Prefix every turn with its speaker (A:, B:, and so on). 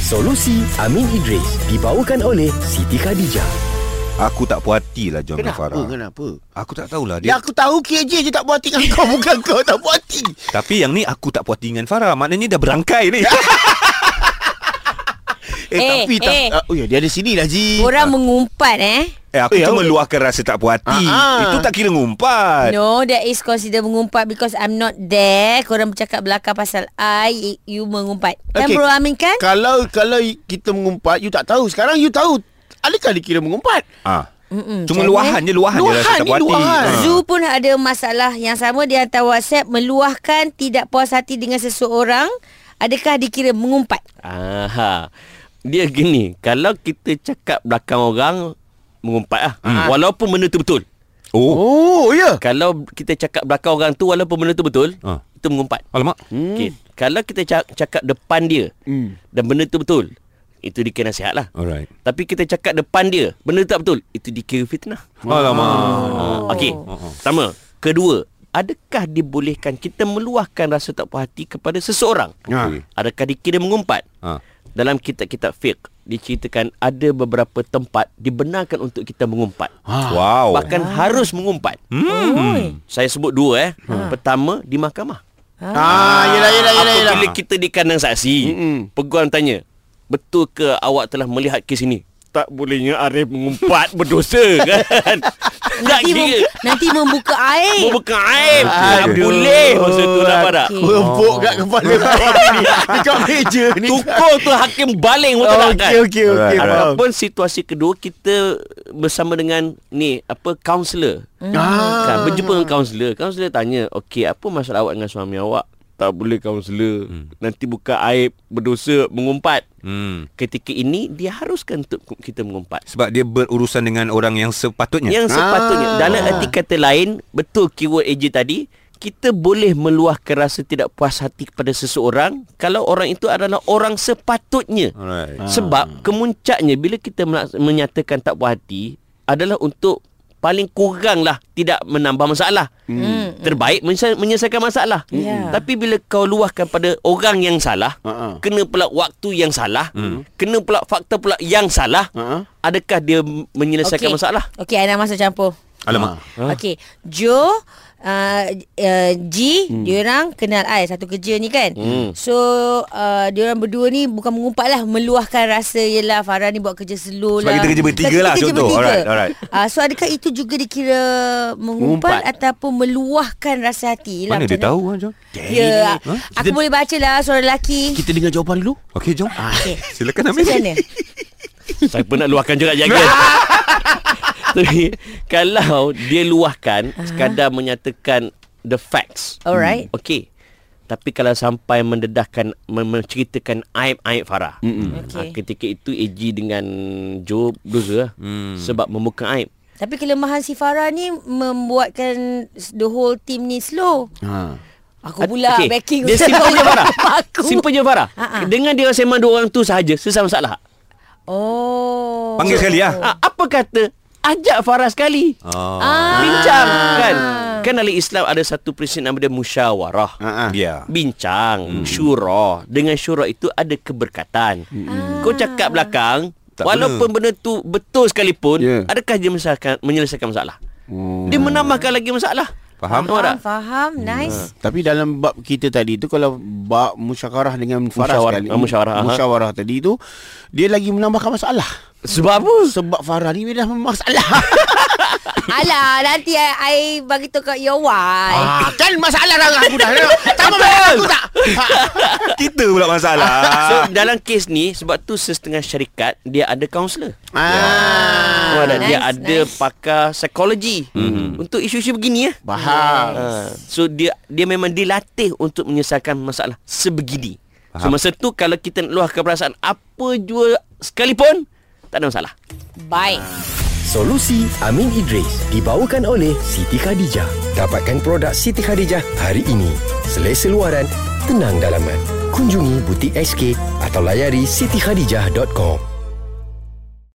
A: Solusi Amin Idris dibawakan oleh Siti Khadijah.
B: Aku tak puas hati lah John
C: Kenapa?
B: Farah.
C: Kenapa?
B: Aku tak tahulah
C: Dia... Ya
B: dia.
C: aku tahu KJ je tak puas hati dengan kau Bukan kau tak puas hati
B: Tapi yang ni aku tak puas hati dengan Farah. Maknanya dah berangkai ni.
C: Eh,
D: Eh,
C: tapi tak
D: eh.
C: uh, Oh ya dia ada sini lah Ji
D: Orang mengumpat eh
B: eh aku
C: Eh,
B: cuma
C: awak-
B: luahkan rasa tak puas hati.
C: Ah, ah.
B: Itu tak kira ngumpat.
D: No, that is considered mengumpat because I'm not there. Korang bercakap belakang pasal I, you mengumpat. Kan
C: Okay.
D: okay. bro Amin kan?
C: Kalau kalau kita mengumpat You tak tahu Sekarang you tahu Adakah dikira mengumpat?
B: Ah.
D: Mm-mm,
B: Cuma
D: macam
B: luahan
D: mana?
B: je luahan, je
C: Hmm, Luahan
B: rasa tak
C: ni
B: puas hati.
C: luahan.
E: Ha.
B: Ah.
D: Zu pun ada masalah yang sama dia hantar WhatsApp meluahkan tidak puas hati dengan seseorang. Adakah dikira mengumpat?
E: Aha. Dia gini, kalau kita cakap belakang orang mengumpat lah. Hmm. Walaupun benda tu betul.
B: Oh.
C: Oh ya
E: Kalau kita cakap belakang orang tu walaupun benda tu betul,
B: Ah.
E: itu mengumpat.
B: Alamak.
E: Hmm. Okay. Kalau kita ca- cakap depan dia
C: Hmm. Ah.
E: dan benda tu betul, itu dikira nasihat lah.
B: Alright.
E: Tapi kita cakap depan dia, benda tu tak betul, itu dikira fitnah.
C: Ah.
B: Alamak.
E: Oh. Okey. Pertama, kedua, adakah dibolehkan kita meluahkan rasa tak puas hati kepada seseorang?
B: Okey.
E: Adakah dikira mengumpat?
B: Ha.
E: Dalam kitab-kitab fiqh diceritakan ada beberapa tempat dibenarkan untuk kita mengumpat.
B: Wow.
E: Bahkan harus mengumpat. Oh. Hmm. Saya sebut dua eh. Pertama di mahkamah.
C: Ah, yelah, yelah, yelah, yelah.
E: Apabila kita di kandang saksi,
C: Mm-mm.
E: peguam tanya, "Betul ke awak telah melihat kes ini?" Tak bolehnya Arif mengumpat berdosa kan. Tak
D: Nanti, mem-
E: kira.
D: nanti membuka air.
E: Membuka aib. Tak
C: Ah, Aduh.
E: boleh masa tu nampak tak?
D: Okey.
C: Rempuk kat kepala awak ni Dekat meja ni
E: Tukul tu hakim baling betul tak kan?
C: Okey okey okey
B: Alright,
C: faham.
E: Ataupun situasi kedua kita bersama dengan ni apa kaunselor.
D: Hmm.
C: Ah.
E: Kan berjumpa dengan kaunselor. Kaunselor tanya, "Okey, apa masalah awak dengan suami awak?" Tak boleh kaunselor. Hmm. Nanti buka aib, berdosa, mengumpat.
B: Hmm.
E: Ketika ini dia haruskan untuk kita mengumpat.
B: Sebab dia berurusan dengan orang yang sepatutnya.
E: Yang sepatutnya
C: Ah.
E: ah. Dalam erti kata lain Betul keyword AJ tadi Kita boleh meluahkan rasa tidak puas hati kepada seseorang Kalau orang itu adalah orang sepatutnya
B: Alright.
E: Sebab kemuncaknya Bila kita melaks- menyatakan tak puas hati Adalah untuk Paling kurang lah Tidak menambah masalah hmm. Terbaik menyes- menyelesaikan masalah
D: Ya.
E: Tapi bila kau luahkan pada orang yang salah
C: Ha-ha.
E: Kena pula waktu yang salah Kena pula fakta pula yang salah
C: Ha-ha.
E: Adakah dia menyelesaikan
D: Okey.
E: masalah?
D: Okey, Ana masuk campur.
B: Alamak.
D: Huh? Okey, Joe, uh, uh, G, hmm. diorang kenal I satu kerja ni kan. Hmm. So, uh, diorang berdua ni bukan mengumpat lah, meluahkan rasa yelah Farah ni buat kerja slow
B: Sebab
D: lah.
B: kita kerja bertiga
D: Sebab
B: lah
D: kita kerja
B: contoh.
D: bertiga.
B: Alright, alright.
D: Uh, so, adakah itu juga dikira mengumpat,
C: Mengumpat.
D: ataupun meluahkan rasa hati? Yelah,
B: Mana dia
D: macam
B: tahu kan, John?
D: Ya,
B: Huh?
D: aku boleh baca lah suara lelaki.
C: Kita dengar jawapan dulu
B: Okey, John.
C: Ah.
D: Okey.
B: Silakan
D: Macam
B: ambil.
D: mana?
E: Saya pun nak luahkan juga jaga. Tapi kalau dia luahkan sekadar menyatakan the facts.
D: Alright.
E: Eh, Okey. Tapi kalau sampai mendedahkan men- menceritakan aib-aib Farah.
D: Okey.
E: Ha, ketika itu AG dengan Joe berdosa lah. Sebab membuka aib.
D: Tapi kelemahan si Farah ni membuatkan the whole team ni slow.
B: Ah.
C: ha.
D: Aku pula okay.
E: Okey.
D: Lah, backing
E: Dia simple je Farah.
D: Aku
E: Simple je Farah.
D: Ha-ha.
E: Dengan dia sembang dua orang tu sahaja sesama masalah.
D: Oh
B: Panggil sekali lah.
E: Ha, apa kata ajak Farah sekali.
B: Ah.
D: ah.
E: Bincang kan. Kan dalam Islam ada satu prinsip nama dia musyawarah.
C: Ha.
B: Ya.
E: Bincang, syura. Dengan syura itu ada keberkatan. Kau cakap belakang,
B: Hmm. Tak
E: walaupun benda. tu betul sekalipun,
C: Ya.
E: yeah. adakah dia menyelesaikan, menyelesaikan masalah? Dia menambahkan lagi masalah.
B: Oh. Faham?
E: Nampak
D: Faham,
E: tak?
D: faham. Nice
C: Tapi dalam bab kita tadi tu Kalau bab musyawarah dengan Farah
E: Musyawarah,
C: sekali
E: ah, musyawarah, ha.
C: Musyawarah tadi tu Dia lagi menambahkan masalah
E: Sebab apa?
C: Sebab Farah ni dia dah masalah
E: Hmm.
D: Alah nanti I, I bagi tu kat your wife
C: Ah, kan masalah dah dengan aku dah. Tambah masalah aku tak.
B: Kita pula masalah.
E: So, dalam kes ni, sebab tu setengah syarikat, dia ada kaunselor.
C: Ah,
E: Ah,
D: nice,
E: dia ada
D: nice.
E: pakar psikologi untuk isu-isu begini ya.
C: faham.
E: Ah, so dia dia memang dilatih untuk menyelesaikan masalah sebegini. So masa tu kalau kita nak luahkan perasaan apa jua sekalipun tak ada masalah.
D: Bye
A: Solusi Amin Idris dibawakan oleh Siti Khadijah. Dapatkan produk Siti Khadijah hari ini. Selesa luaran, tenang dalaman. Kunjungi butik SK atau layari sitikhadijah.com.